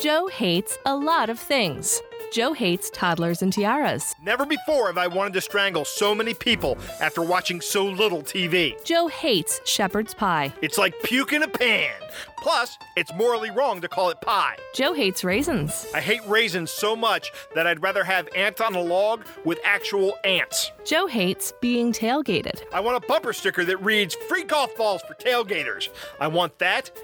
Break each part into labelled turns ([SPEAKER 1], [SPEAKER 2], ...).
[SPEAKER 1] Joe hates a lot of things. Joe hates toddlers and tiaras.
[SPEAKER 2] Never before have I wanted to strangle so many people after watching so little TV.
[SPEAKER 1] Joe hates shepherd's pie.
[SPEAKER 2] It's like puke in a pan. Plus, it's morally wrong to call it pie.
[SPEAKER 1] Joe hates raisins.
[SPEAKER 2] I hate raisins so much that I'd rather have ants on a log with actual ants.
[SPEAKER 1] Joe hates being tailgated.
[SPEAKER 2] I want a bumper sticker that reads free golf balls for tailgaters. I want that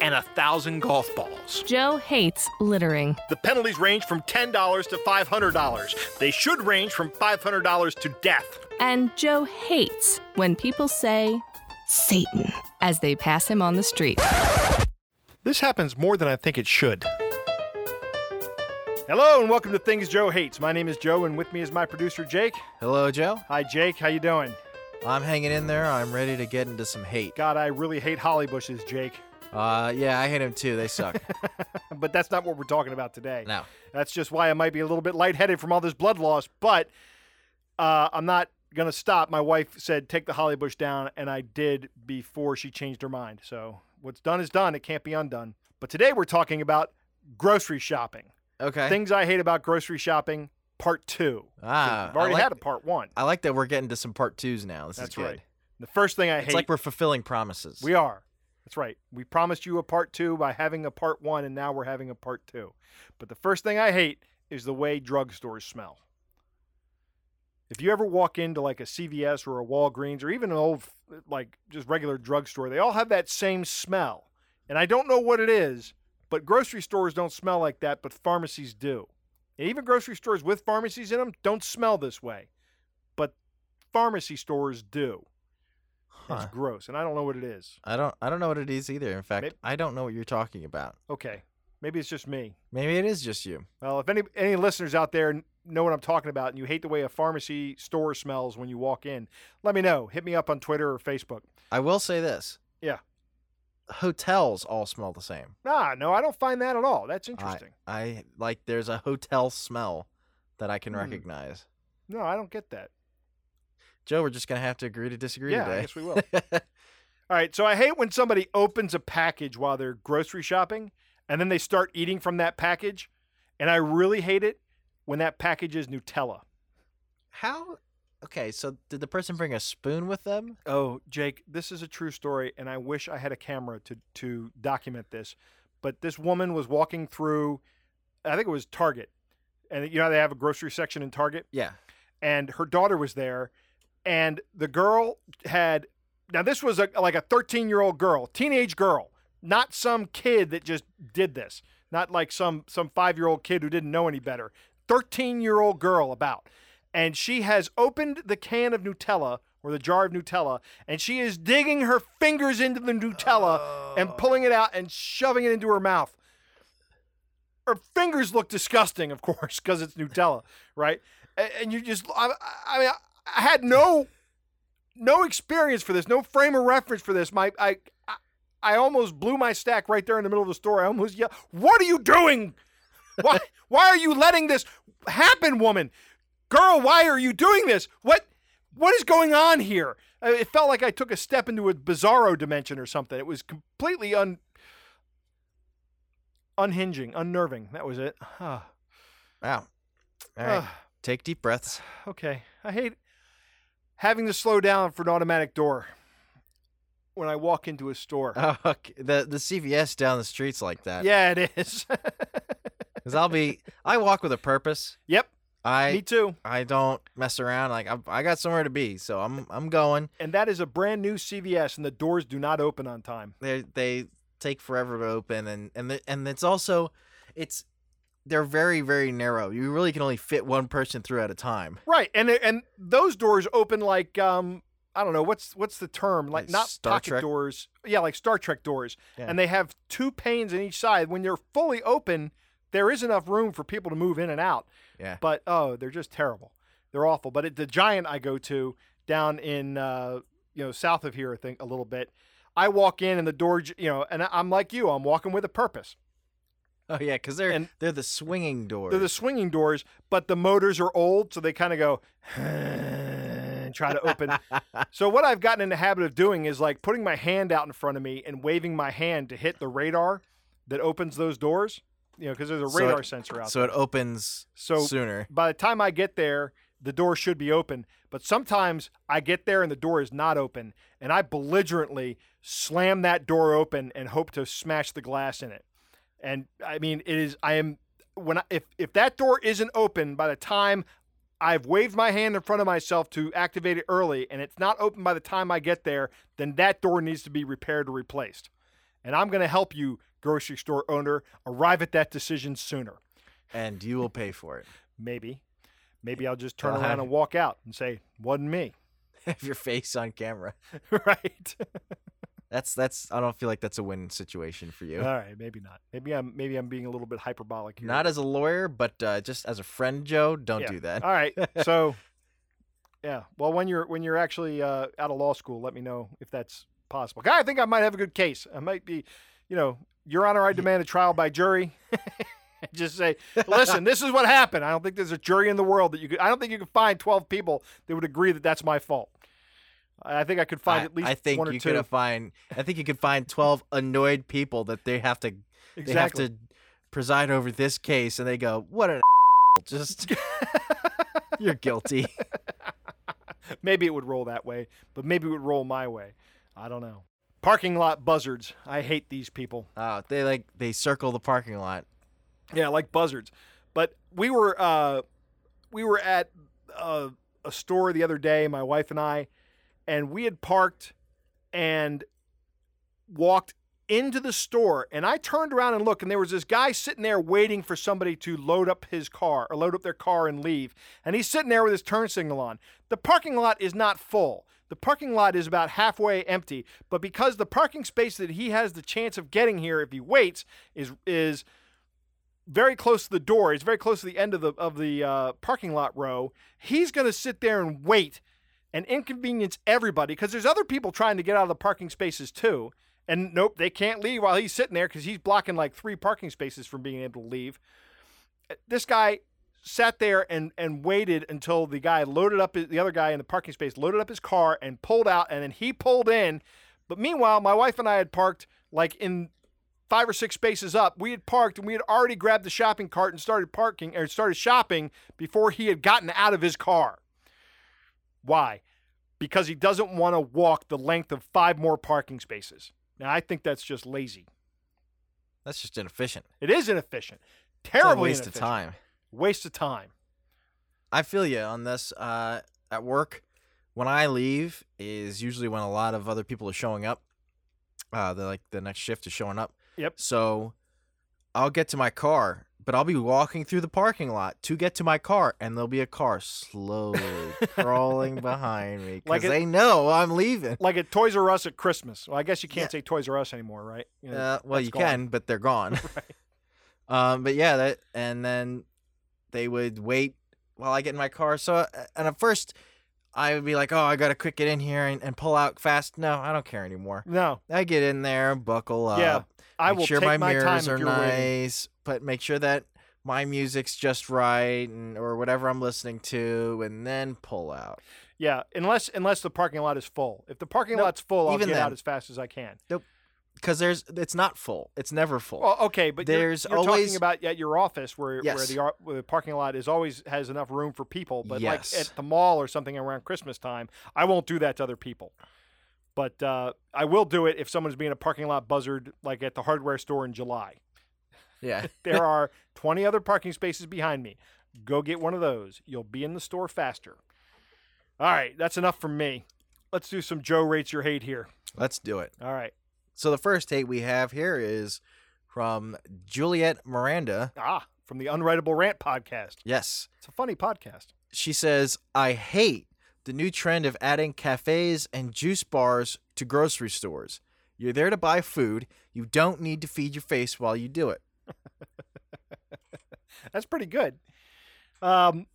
[SPEAKER 2] and a thousand golf balls.
[SPEAKER 1] Joe hates littering.
[SPEAKER 2] The penalties range from $10 to $500. They should range from $500 to death.
[SPEAKER 1] And Joe hates when people say, Satan, as they pass him on the street.
[SPEAKER 2] This happens more than I think it should. Hello and welcome to Things Joe Hates. My name is Joe and with me is my producer Jake.
[SPEAKER 3] Hello, Joe.
[SPEAKER 2] Hi Jake, how you doing?
[SPEAKER 3] I'm hanging in there. I'm ready to get into some hate.
[SPEAKER 2] God, I really hate holly bushes, Jake.
[SPEAKER 3] Uh, yeah, I hate them too. They suck.
[SPEAKER 2] But that's not what we're talking about today.
[SPEAKER 3] no.
[SPEAKER 2] That's just why I might be a little bit lightheaded from all this blood loss, but uh, I'm not going to stop. My wife said, take the holly bush down, and I did before she changed her mind. So what's done is done. It can't be undone. But today we're talking about grocery shopping.
[SPEAKER 3] Okay.
[SPEAKER 2] Things I hate about grocery shopping, part two.
[SPEAKER 3] ah,
[SPEAKER 2] We've already
[SPEAKER 3] I like,
[SPEAKER 2] had a part one.
[SPEAKER 3] I like that we're getting to some part twos now. This is
[SPEAKER 2] That's
[SPEAKER 3] good.
[SPEAKER 2] right. The first thing I
[SPEAKER 3] It's
[SPEAKER 2] hate.
[SPEAKER 3] like we're fulfilling promises.
[SPEAKER 2] We are. That's right. We promised you a part two by having a part one, and now we're having a part two. But the first thing I hate is the way drugstores smell. If you ever walk into like a CVS or a Walgreens or even an old, like just regular drugstore, they all have that same smell. And I don't know what it is, but grocery stores don't smell like that, but pharmacies do. And even grocery stores with pharmacies in them don't smell this way, but pharmacy stores do.
[SPEAKER 3] Huh.
[SPEAKER 2] It's gross, and I don't know what it is.
[SPEAKER 3] I don't. I don't know what it is either. In fact,
[SPEAKER 2] Mayb-
[SPEAKER 3] I don't know what you're talking about.
[SPEAKER 2] Okay, maybe it's just me.
[SPEAKER 3] Maybe it is just you.
[SPEAKER 2] Well, if any any listeners out there kn- know what I'm talking about, and you hate the way a pharmacy store smells when you walk in, let me know. Hit me up on Twitter or Facebook.
[SPEAKER 3] I will say this.
[SPEAKER 2] Yeah.
[SPEAKER 3] Hotels all smell the same.
[SPEAKER 2] Nah, no, I don't find that at all. That's interesting.
[SPEAKER 3] I like. There's a hotel smell that I can
[SPEAKER 2] Hmm.
[SPEAKER 3] recognize.
[SPEAKER 2] no, I don't get that.
[SPEAKER 3] Joe, we're just gonna have to agree to disagree
[SPEAKER 2] Yeah, I
[SPEAKER 3] today.
[SPEAKER 2] guess we will. All right, so I hate when somebody opens a package while they're grocery shopping and then they start eating from that package. And I really hate it when that package is Nutella.
[SPEAKER 3] How? Okay, so did the person bring a spoon with them?
[SPEAKER 2] Oh, Jake, this is a true story, and I wish I had a camera to to document this. But this woman was walking through, I think it was Target, and you know how they have a grocery section in Target,
[SPEAKER 3] Yeah.
[SPEAKER 2] and her daughter was there, and the girl had. Now this was a, like a 13 year old girl, teenage girl, not some kid that just did this, not like some some five year old kid who didn't know any better. 13 year old girl about, and she has opened the can of Nutella or the jar of Nutella, and she is digging her fingers into the Nutella and pulling it out and shoving it into her mouth. Her fingers look disgusting, of course, because it's Nutella, right? A- And, you just, I, I mean, I had no, no experience for this, no frame of reference for this. My, I, I, I almost blew my stack right there in the middle of the store. I almost yelled, "What are you doing? Why, why are you letting this happen, woman? Girl, why are you doing this? What, what is going on here?" I- Uh, It felt like I took a step into a bizarro dimension or something. It was completely un unhinging, unnerving. That was it. Ah,
[SPEAKER 3] Wow. All right.
[SPEAKER 2] ah,
[SPEAKER 3] Take deep breaths.
[SPEAKER 2] okay. I hate having to slow down for an automatic door when I walk into a store.
[SPEAKER 3] Oh, okay. the the CVS down the streets like that.
[SPEAKER 2] yeah, it is.
[SPEAKER 3] Because I'll be. I walk with a purpose.
[SPEAKER 2] yep, me
[SPEAKER 3] I
[SPEAKER 2] too.
[SPEAKER 3] I don't mess around. Like I I got somewhere to be, so I'm I'm going.
[SPEAKER 2] And that is a brand new CVS, and the doors do not open on time.
[SPEAKER 3] They they take forever to open, and and the, and it's also, it's, they're very very narrow. You really can only fit one person through at a time.
[SPEAKER 2] Right, and and those doors open like um I don't know what's what's the term like,
[SPEAKER 3] Like
[SPEAKER 2] not
[SPEAKER 3] Star
[SPEAKER 2] pocket
[SPEAKER 3] Trek?
[SPEAKER 2] doors, yeah, like Star Trek doors,
[SPEAKER 3] Yeah.
[SPEAKER 2] and they have two panes in each side. When they're fully open, there is enough room for people to move in and out.
[SPEAKER 3] Yeah.
[SPEAKER 2] but oh, they're just terrible. They're awful. But at the giant I go to down in uh, you know south of here, I think a little bit. I walk in and the door, j- you know, and I- I'm like you, I'm walking with a purpose.
[SPEAKER 3] Oh yeah, because they're
[SPEAKER 2] And-
[SPEAKER 3] they're the swinging doors.
[SPEAKER 2] They're the swinging doors, but the motors are old, so they kind of go and try to open. so what I've gotten in the habit of doing is like putting my hand out in front of me and waving my hand to hit the radar that opens those doors. you know, because there's a
[SPEAKER 3] So it-
[SPEAKER 2] radar sensor out
[SPEAKER 3] so it opens
[SPEAKER 2] there. So
[SPEAKER 3] sooner.
[SPEAKER 2] by the time I get there, the door should be open. But sometimes I get there and the door is not open, and I belligerently slam that door open and hope to smash the glass in it. And I mean, it is. I am when I, if if that door isn't open by the time I've waved my hand in front of myself to activate it early, and it's not open by the time I get there, then that door needs to be repaired or replaced. And I'm going to help you, grocery store owner, arrive at that decision sooner
[SPEAKER 3] and you will pay for it.
[SPEAKER 2] maybe. Maybe I'll just turn
[SPEAKER 3] I'll
[SPEAKER 2] around
[SPEAKER 3] have-
[SPEAKER 2] and walk out and say, wasn't me.
[SPEAKER 3] Have your face on camera.
[SPEAKER 2] right.
[SPEAKER 3] That's that's. I don't feel like that's a win situation for you.
[SPEAKER 2] All right, maybe not. Maybe I'm maybe I'm being a little bit hyperbolic here.
[SPEAKER 3] Not as a lawyer, but uh, just as a friend, Joe. Don't
[SPEAKER 2] Yeah. Uh,
[SPEAKER 3] do that.
[SPEAKER 2] All right. So yeah. Well when you're when you're actually uh, out of law school, let me know if that's possible. Guy, I think I might have a good case. I might be, you know, Your Honor, I demand a trial by jury. Just say, listen, this is what happened. I don't think there's a jury in the world that you could. I don't think you could find 12 people that would agree that that's my fault. I I think I could find
[SPEAKER 3] I,
[SPEAKER 2] at least
[SPEAKER 3] I think
[SPEAKER 2] one or
[SPEAKER 3] you
[SPEAKER 2] two.
[SPEAKER 3] could find. I think you could find twelve annoyed people that they have to they have to preside over this case, and they go, "What an just you're guilty."
[SPEAKER 2] Maybe it would roll that way, but maybe it would roll my way. I don't know. Parking lot buzzards. I hate these people.
[SPEAKER 3] Oh, they like they circle the parking lot.
[SPEAKER 2] Yeah, like buzzards. But we were uh, we were at a, a store the other day, my wife and I, and we had parked and walked into the store. And I turned around and looked, and there was this guy sitting there waiting for somebody to load up his car or load up their car and leave. And he's sitting there with his turn signal on. The parking lot is not full. The parking lot is about halfway empty, but because the parking space that he has the chance of getting here if he waits is is very close to the door. He's very close to the end of the of the uh, parking lot row. He's going to sit there and wait and inconvenience everybody because there's other people trying to get out of the parking spaces too. And nope, they can't leave while he's sitting there because he's blocking like three parking spaces from being able to leave. Uh, This guy sat there and and waited until the guy loaded up his, the other guy in the parking space loaded up his car and pulled out and then he pulled in. But meanwhile, my wife and I had parked like in five or six spaces up, we had parked and we had already grabbed the shopping cart and started parking or started shopping before he had gotten out of his car. Why? Because he doesn't want to walk the length of five more parking spaces. Now I think that's just lazy.
[SPEAKER 3] That's just inefficient.
[SPEAKER 2] It is inefficient.
[SPEAKER 3] It's a
[SPEAKER 2] Terribly
[SPEAKER 3] waste of
[SPEAKER 2] inefficient.
[SPEAKER 3] time.
[SPEAKER 2] Waste of time.
[SPEAKER 3] I feel you on this. Uh, at work, when I leave is usually when a lot of other people are showing up. Uh, the like the next shift is showing up.
[SPEAKER 2] Yep.
[SPEAKER 3] So, I'll get to my car, but I'll be walking through the parking lot to get to my car, and there'll be a car slowly crawling behind me
[SPEAKER 2] Like
[SPEAKER 3] because
[SPEAKER 2] it-
[SPEAKER 3] they know I'm leaving.
[SPEAKER 2] Like at Toys R Us at Christmas. Well, I guess you can't
[SPEAKER 3] Yeah.
[SPEAKER 2] say Toys R Us anymore, right? You know,
[SPEAKER 3] Uh, well,
[SPEAKER 2] that's
[SPEAKER 3] you
[SPEAKER 2] gone.
[SPEAKER 3] can, but they're gone. Um, but yeah, that and then they would wait while I get in my car. So uh, and at first, I would be like, "Oh, I gotta quick get in here and, and pull out fast." No, I don't care anymore.
[SPEAKER 2] No,
[SPEAKER 3] I get in there, buckle up.
[SPEAKER 2] Yeah, I
[SPEAKER 3] make
[SPEAKER 2] will
[SPEAKER 3] sure
[SPEAKER 2] take
[SPEAKER 3] my,
[SPEAKER 2] my time
[SPEAKER 3] mirrors
[SPEAKER 2] if
[SPEAKER 3] are
[SPEAKER 2] you're waiting.
[SPEAKER 3] nice, but make sure that my music's just right and or whatever I'm listening to, and then pull out.
[SPEAKER 2] Yeah, unless unless the parking lot is full. If the parking
[SPEAKER 3] Nope,
[SPEAKER 2] lot's full, I'll
[SPEAKER 3] even
[SPEAKER 2] get
[SPEAKER 3] then.
[SPEAKER 2] out as fast as I can.
[SPEAKER 3] Because there's it's not full. It's never full.
[SPEAKER 2] Well, okay, but
[SPEAKER 3] There's
[SPEAKER 2] you're, you're
[SPEAKER 3] always-
[SPEAKER 2] talking about at your office where where
[SPEAKER 3] Yes.
[SPEAKER 2] the ar- where the parking lot is always has enough room for people, but like
[SPEAKER 3] Yes.
[SPEAKER 2] at the mall or something around Christmas time, I won't do that to other people. But uh, I will do it if someone's being a parking lot buzzard, like at the hardware store in July.
[SPEAKER 3] yeah.
[SPEAKER 2] There are 20 other parking spaces behind me. Go get one of those. You'll be in the store faster. All right, that's enough from me. Let's do some Joe rates your hate here.
[SPEAKER 3] Let's do it.
[SPEAKER 2] All right.
[SPEAKER 3] So the first hate we have here is from Juliet Miranda.
[SPEAKER 2] Ah, from the Unwritable Rant podcast.
[SPEAKER 3] Yes.
[SPEAKER 2] It's a funny podcast.
[SPEAKER 3] She says, I hate the new trend of adding cafes and juice bars to grocery stores. You're there to buy food. You don't need to feed your face while you do it.
[SPEAKER 2] That's pretty good. Um,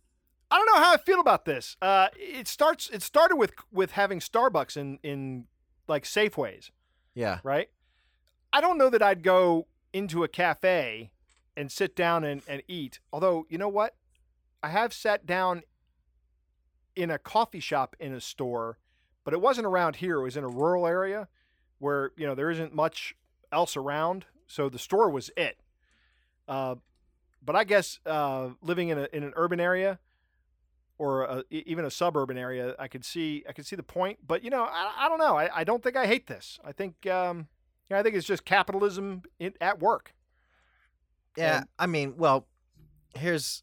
[SPEAKER 2] I don't know how I feel about this. Uh, it starts. It started with with having Starbucks in in like Safeways,
[SPEAKER 3] Yeah.
[SPEAKER 2] right? I don't know that I'd go into a cafe and sit down and, and eat. Although you know what, I have sat down in a coffee shop in a store, but it wasn't around here. It was in a rural area where you know there isn't much else around, so the store was it. Uh, but I guess uh, living in, a, in an urban area or a, e- even a suburban area, I could see I could see the point. But you know, I, I don't know. I, I don't think I hate this. I think um, yeah, I think it's just capitalism in, at work.
[SPEAKER 3] Yeah,
[SPEAKER 2] And-
[SPEAKER 3] I mean, well, here's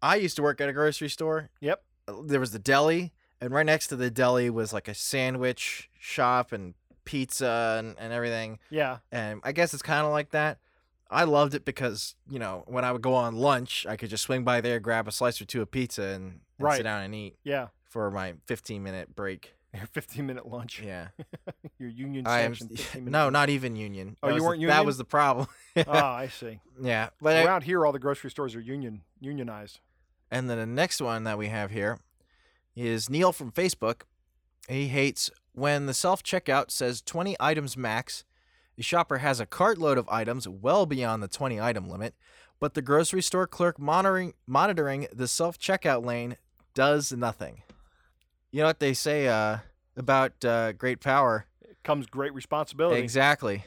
[SPEAKER 3] I used to work at a grocery store. Uh,
[SPEAKER 2] Yep.
[SPEAKER 3] There was the deli, and right next to the deli was like a sandwich shop and pizza and, and everything.
[SPEAKER 2] Yeah,
[SPEAKER 3] And I guess it's kind of like that. I loved it because, you know, when I would go on lunch, I could just swing by there, grab a slice or two of pizza, and, and
[SPEAKER 2] Right.
[SPEAKER 3] sit down and eat
[SPEAKER 2] yeah.
[SPEAKER 3] for my 15 minute break.
[SPEAKER 2] Your 15 minute lunch.
[SPEAKER 3] Yeah.
[SPEAKER 2] Your union
[SPEAKER 3] I am,
[SPEAKER 2] section. 15 minute
[SPEAKER 3] no,
[SPEAKER 2] lunch.
[SPEAKER 3] not even union.
[SPEAKER 2] Oh,
[SPEAKER 3] That
[SPEAKER 2] you
[SPEAKER 3] was the-
[SPEAKER 2] weren't
[SPEAKER 3] That
[SPEAKER 2] union?
[SPEAKER 3] was the problem.
[SPEAKER 2] oh, I see.
[SPEAKER 3] yeah. But I-
[SPEAKER 2] Around here, all the grocery stores are union unionized.
[SPEAKER 3] And then the next one that we have here is Neil from Facebook. He hates when the self checkout says 20 items max. The shopper has a cartload of items well beyond the 20 item limit, but the grocery store clerk monitoring monitoring the self checkout lane does nothing. You know what they say uh, about uh, great power?
[SPEAKER 2] Comes great responsibility,
[SPEAKER 3] Exactly.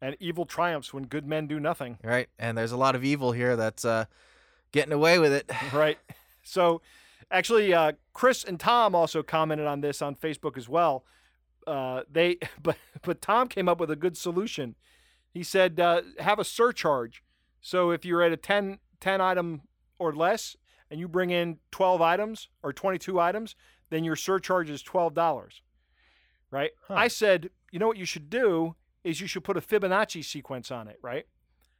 [SPEAKER 2] and evil triumphs when good men do nothing.
[SPEAKER 3] Right. And there's a lot of evil here that's uh, getting away with it.
[SPEAKER 2] right. So, actually, uh, Chris and Tom also commented on this on Facebook as well. Uh, they, but but Tom came up with a good solution. He said, uh, have a surcharge. So if you're at a 10, 10 item or less, and you bring in twelve items or twenty two items, then your surcharge is twelve dollars. Right.
[SPEAKER 3] Huh.
[SPEAKER 2] I said, you know what you should do is you should put a Fibonacci sequence on it. Right.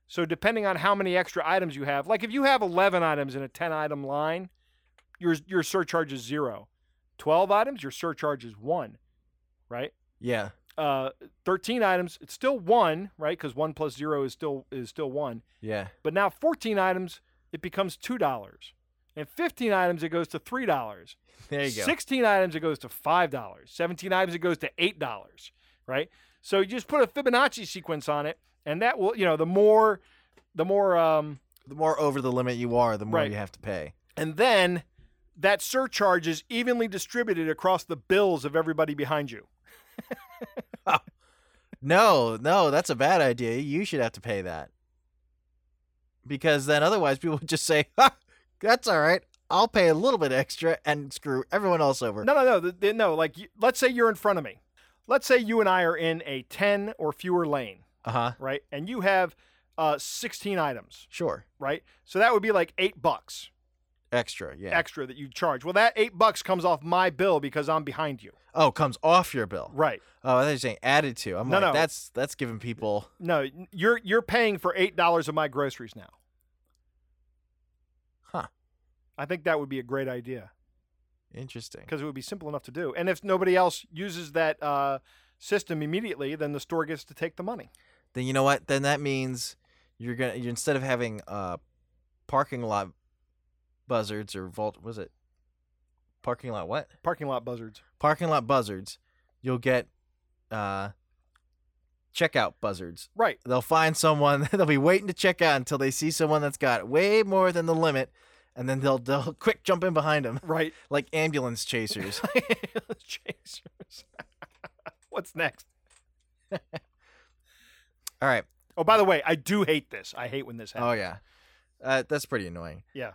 [SPEAKER 2] So depending on how many extra items you have, like if you have 11 items in a 10 item line, your your surcharge is 0. 12 items, your surcharge is 1, right?
[SPEAKER 3] Yeah.
[SPEAKER 2] Uh 13 items, it's still 1, right? Cuz 1 plus 0 is still is still 1.
[SPEAKER 3] Yeah.
[SPEAKER 2] But now 14 items, it becomes $2. And 15 items it goes to $3.
[SPEAKER 3] There you go.
[SPEAKER 2] 16 items, it goes to $5. 17 items, it goes to $8, right? So you just put a Fibonacci sequence on it, and that will, you know, the more, the more, um,
[SPEAKER 3] the more over the limit you are, the more
[SPEAKER 2] Right.
[SPEAKER 3] you have to pay.
[SPEAKER 2] and then that surcharge is evenly distributed across the bills of everybody behind you.
[SPEAKER 3] No, no, that's a bad idea. You should have to pay that. Because then otherwise people would just say, ha, that's all right. I'll pay a little bit extra and screw everyone else over.
[SPEAKER 2] No, no, no, th- th- no. Like, y- let's say you're in front of me. Let's say you and I are in a 10 or fewer lane,
[SPEAKER 3] Uh huh.
[SPEAKER 2] right? And you have uh, 16 items,
[SPEAKER 3] Sure.
[SPEAKER 2] right? So that would be like eight bucks,
[SPEAKER 3] Extra. Yeah.
[SPEAKER 2] extra that you charge. Well, that eight bucks comes off my bill because I'm behind you.
[SPEAKER 3] oh, comes off your bill.
[SPEAKER 2] Right.
[SPEAKER 3] Oh, I thought you were saying added to. I'm
[SPEAKER 2] No,
[SPEAKER 3] like,
[SPEAKER 2] no.
[SPEAKER 3] that's that's giving people.
[SPEAKER 2] No, you're you're paying for eight dollars of my groceries now.
[SPEAKER 3] Huh.
[SPEAKER 2] I think that would be a great idea
[SPEAKER 3] Interesting.
[SPEAKER 2] because it would be simple enough to do. And if nobody else uses that uh, system immediately, then the store gets to take the money.
[SPEAKER 3] Then you know what? Then that means you're gonna you instead of having uh parking lot buzzards or vault was it parking lot what?
[SPEAKER 2] Parking lot buzzards.
[SPEAKER 3] parking lot buzzards, you'll get uh checkout buzzards.
[SPEAKER 2] Right.
[SPEAKER 3] They'll find someone, they'll be waiting to check out until they see someone that's got way more than the limit, and then they'll they'll quick jump in behind them
[SPEAKER 2] Right.
[SPEAKER 3] like ambulance chasers.
[SPEAKER 2] Chasers. What's next?
[SPEAKER 3] All right.
[SPEAKER 2] Oh, by the way, I do hate this. I hate when this happens.
[SPEAKER 3] Oh yeah. Uh, that's pretty annoying.
[SPEAKER 2] Yeah.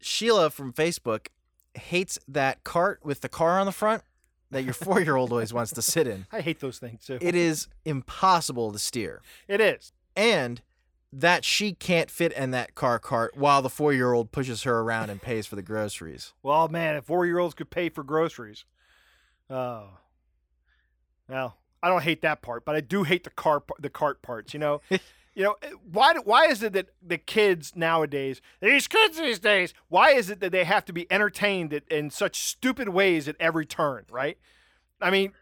[SPEAKER 3] Sheila from Facebook hates that cart with the car on the front that your 4-year-old always wants to sit in.
[SPEAKER 2] I hate those things too.
[SPEAKER 3] Uh, It is impossible to steer.
[SPEAKER 2] it is.
[SPEAKER 3] and that she can't fit in that car cart while the four year old pushes her around and pays for the groceries.
[SPEAKER 2] Well, man, if four year olds could pay for groceries. Oh. Well, I don't hate that part, but I do hate the car p- the cart parts, you know. you know, eh, why do- why is it that the kids nowadays, these kids these days, why is it that they have to be entertained at, in such stupid ways at every turn, right? I mean,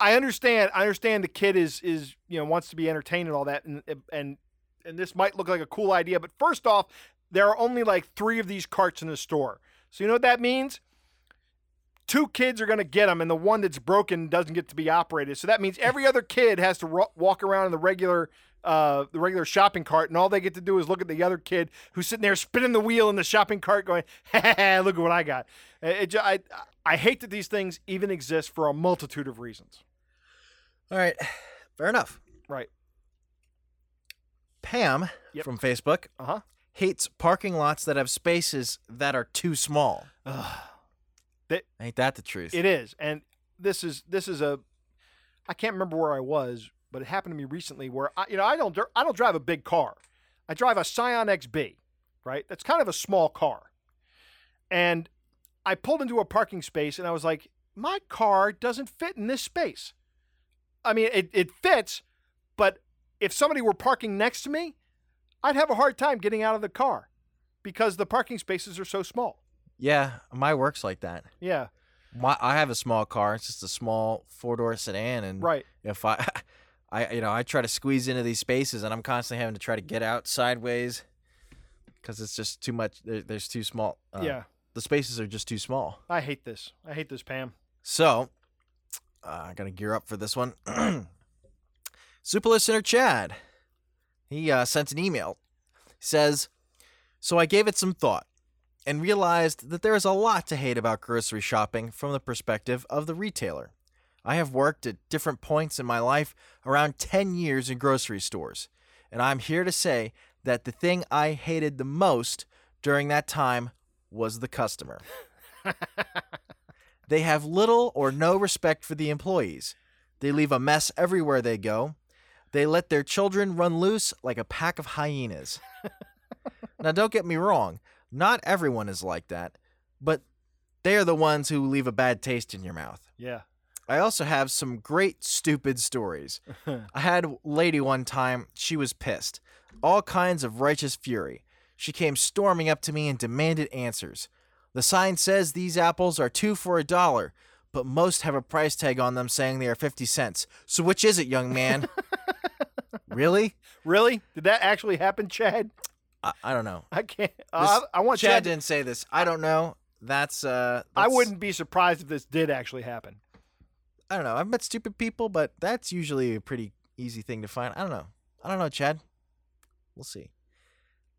[SPEAKER 2] I understand I understand the kid is is, you know, wants to be entertained and all that and and and this might look like a cool idea, but first off, there are only like 3 of these carts in the store. So you know what that means? Two kids are going to get them, and the one that's broken doesn't get to be operated. So that means every other kid has to ro- walk around in the regular, uh, the regular shopping cart, and all they get to do is look at the other kid who's sitting there spinning the wheel in the shopping cart, going, "Ha ha, ha, look at what I got." It, it, ju- I, I hate that these things even exist for a multitude of reasons.
[SPEAKER 3] All right, fair enough.
[SPEAKER 2] Right.
[SPEAKER 3] Pam
[SPEAKER 2] Yep.
[SPEAKER 3] from Facebook
[SPEAKER 2] Uh-huh.
[SPEAKER 3] hates parking lots that have spaces that are too small. Ain't that the truth?
[SPEAKER 2] It is, and this is this is a. I can't remember where I was, but it happened to me recently where I, you know I don't dr- I don't drive a big car, I drive a Scion XB, right? That's kind of a small car, and I pulled into a parking space and I was like, my car doesn't fit in this space. I mean, it, it fits, but if somebody were parking next to me, I'd have a hard time getting out of the car because the parking spaces are so small.
[SPEAKER 3] yeah, my work's like that.
[SPEAKER 2] Yeah,
[SPEAKER 3] My, I have a small car. It's just a small four door sedan, and
[SPEAKER 2] right.
[SPEAKER 3] if I, I you know I try to squeeze into these spaces, and I'm constantly having to try to get out sideways because it's just too much. There, there's too small. uh,
[SPEAKER 2] yeah,
[SPEAKER 3] the spaces are just too small.
[SPEAKER 2] I hate this. I hate this, Pam.
[SPEAKER 3] So uh, I gotta gear up for this one. Super listener Chad, he uh, sent an email. says, so I gave it some thought and realized that there is a lot to hate about grocery shopping from the perspective of the retailer. I have worked at different points in my life around 10 years in grocery stores, and I'm here to say that the thing I hated the most during that time was the customer. they have little or no respect for the employees. They leave a mess everywhere they go. They let their children run loose like a pack of hyenas. now, don't get me wrong, not everyone is like that, but they are the ones who leave a bad taste in your mouth.
[SPEAKER 2] Yeah.
[SPEAKER 3] I also have some great stupid stories. I had a lady one time, she was pissed. All kinds of righteous fury. She came storming up to me and demanded answers. The sign says these apples are two for a dollar, but most have a price tag on them saying they are 50 cents. So which is it, young man? really?
[SPEAKER 2] Really? Did that actually happen, Chad?
[SPEAKER 3] I, I don't know.
[SPEAKER 2] I can't. I, I want
[SPEAKER 3] Chad
[SPEAKER 2] Chad. to,
[SPEAKER 3] didn't say this. I don't know. That's uh
[SPEAKER 2] I
[SPEAKER 3] that's-
[SPEAKER 2] wouldn't be surprised if this did actually happen.
[SPEAKER 3] I don't know. I've met stupid people, but that's usually a pretty easy thing to find. I don't know. I don't know, Chad. We'll see.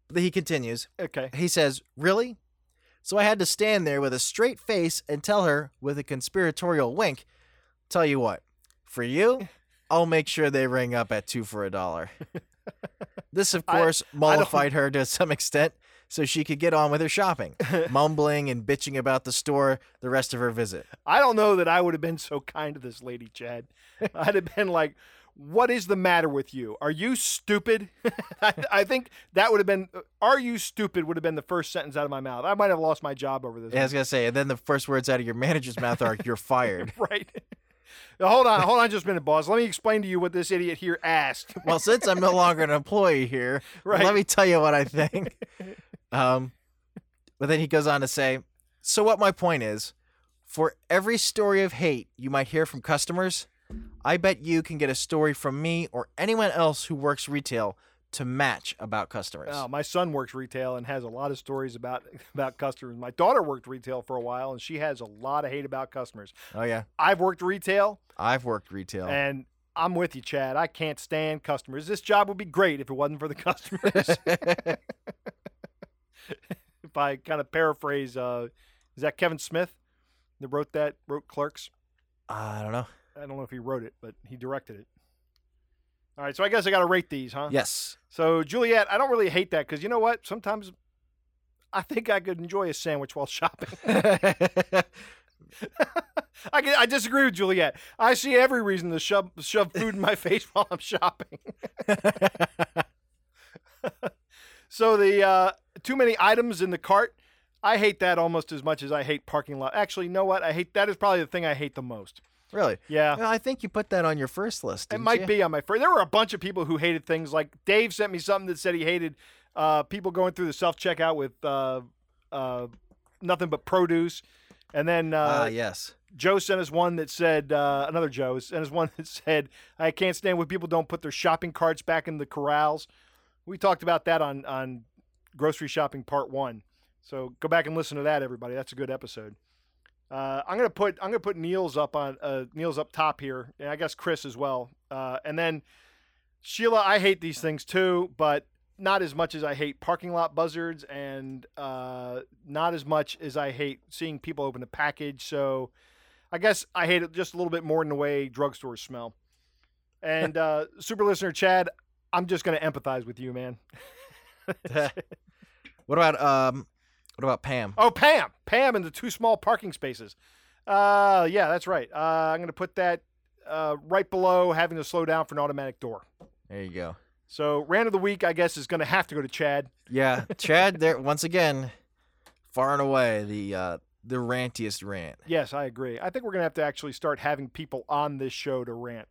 [SPEAKER 3] But he continues.
[SPEAKER 2] Okay.
[SPEAKER 3] He says, Really? So I had to stand there with a straight face and tell her with a conspiratorial wink, Tell you what, for you, I'll make sure they ring up at two for a dollar. this, of
[SPEAKER 2] I-
[SPEAKER 3] course,
[SPEAKER 2] don't-
[SPEAKER 3] mollified her to some extent so she could get on with her shopping, mumbling and bitching about the store the rest of her visit.
[SPEAKER 2] I don't know that I would have been so kind to this lady, Chad. I'd have been like, "What is the matter with you? Are you stupid?" I, I think that would have been, uh, "Are you stupid?" would have been the first sentence out of my mouth. I might have lost my job over this.
[SPEAKER 3] Yeah, I was gonna say, and then the first words out of your manager's mouth are "You're fired."
[SPEAKER 2] Right. Now, hold on, hold on, just a minute, boss. Let me explain to you what this idiot here asked.
[SPEAKER 3] Well, since I'm no longer an employee here,
[SPEAKER 2] Right.
[SPEAKER 3] let me tell you what I think. Um, but then he goes on to say, "So what? My point is, for every story of hate you might hear from customers, I bet you can get a story from me or anyone else who works retail to match about customers."
[SPEAKER 2] Oh, my son works retail and has a lot of stories about about customers. My daughter worked retail for a while and she has a lot of hate about customers.
[SPEAKER 3] oh yeah,
[SPEAKER 2] I've worked retail
[SPEAKER 3] I've worked retail.
[SPEAKER 2] and I'm with you, Chad. I can't stand customers. This job would be great if it wasn't for the customers. if I kind of paraphrase, uh, is that Kevin Smith that wrote that? Wrote Clerks.
[SPEAKER 3] I don't know.
[SPEAKER 2] I don't know if he wrote it, but he directed it. All right, so I guess I got to rate these, huh?
[SPEAKER 3] Yes.
[SPEAKER 2] So Juliet, I don't really hate that because you know what? Sometimes I think I could enjoy a sandwich while shopping. I can, I disagree with Juliet. I see every reason to shove shove food in my face while I'm shopping. So the uh, too many items in the cart, I hate that almost as much as I hate parking lot. Actually, you know what? I hate that is probably the thing I hate the most.
[SPEAKER 3] really?
[SPEAKER 2] Yeah.
[SPEAKER 3] Well, I think you put that on your first list.
[SPEAKER 2] It
[SPEAKER 3] didn't
[SPEAKER 2] might
[SPEAKER 3] you?
[SPEAKER 2] be on my first. There were a bunch of people who hated things. Like Dave sent me something that said he hated uh, people going through the self checkout with uh, uh, nothing but produce. And then uh,
[SPEAKER 3] Ah, yes.
[SPEAKER 2] Joe sent us one that said uh, another Joe sent us one that said I can't stand when people don't put their shopping carts back in the corrals. We talked about that on on grocery shopping part one. So go back and listen to that, everybody. That's a good episode. Uh, I'm gonna put I'm gonna put Neil's up on uh, Neil's up top here, and I guess Chris as well. Uh, and then Sheila, I hate these things too, but not as much as I hate parking lot buzzards, and uh, not as much as I hate seeing people open a package. So I guess I hate it just a little bit more than the way drugstores smell. And uh, super listener Chad, I'm just gonna empathize with you, man.
[SPEAKER 3] what about um? What about Pam?
[SPEAKER 2] Oh, Pam, Pam, and the two small parking spaces. Uh, yeah, that's right. Uh, I'm gonna put that uh, right below having to slow down for an automatic door.
[SPEAKER 3] There you go.
[SPEAKER 2] So rant of the week, I guess, is gonna have to go to Chad.
[SPEAKER 3] Yeah, Chad. There once again, far and away the uh, the rantiest rant.
[SPEAKER 2] Yes, I agree. I think we're gonna have to actually start having people on this show to rant.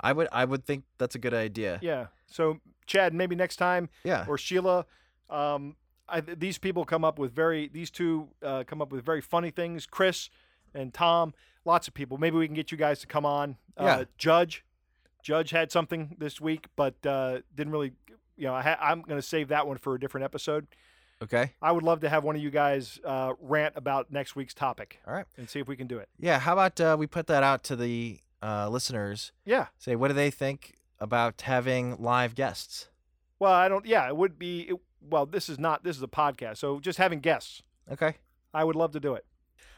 [SPEAKER 3] I would I would think that's a good idea.
[SPEAKER 2] Yeah. So Chad, maybe next time,
[SPEAKER 3] Yeah.
[SPEAKER 2] or Sheila, um, I, these people come up with very these two uh, come up with very funny things. Chris and Tom, lots of people. Maybe we can get you guys to come on. Uh,
[SPEAKER 3] Yeah.
[SPEAKER 2] Judge, Judge had something this week, but uh, didn't really. You know, I ha- I'm going to save that one for a different episode.
[SPEAKER 3] Okay.
[SPEAKER 2] I would love to have one of you guys uh, rant about next week's topic.
[SPEAKER 3] All right.
[SPEAKER 2] and see if we can do it.
[SPEAKER 3] Yeah. How about uh, we put that out to the uh, listeners?
[SPEAKER 2] Yeah.
[SPEAKER 3] Say what do they think about having live guests?
[SPEAKER 2] Well, I don't. Yeah, it would be. It, well, this is not. This is a podcast, so just having guests.
[SPEAKER 3] Okay.
[SPEAKER 2] I would love to do it.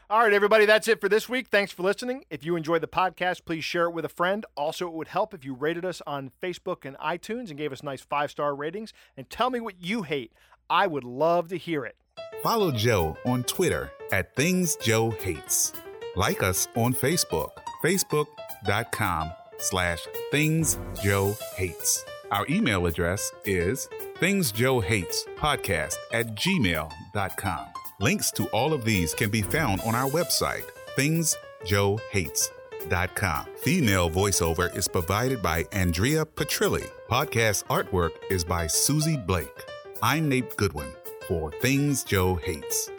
[SPEAKER 2] All right, everybody, that's it for this week. Thanks for listening. If you enjoyed the podcast, please share it with a friend. Also, it would help if you rated us on Facebook and iTunes and gave us nice five star ratings. And tell me what you hate. I would love to hear it.
[SPEAKER 4] Follow Joe on Twitter at Things Joe Hates. Like us on Facebook, facebook.com slash Things Joe Hates. Our email address is Things Joe Hates Podcast at gmail.com. Links to all of these can be found on our website, thingsjoehates.com. Female voiceover is provided by Andrea Petrilli. Podcast artwork is by Susie Blake. I'm Nate Goodwin for Things Joe Hates.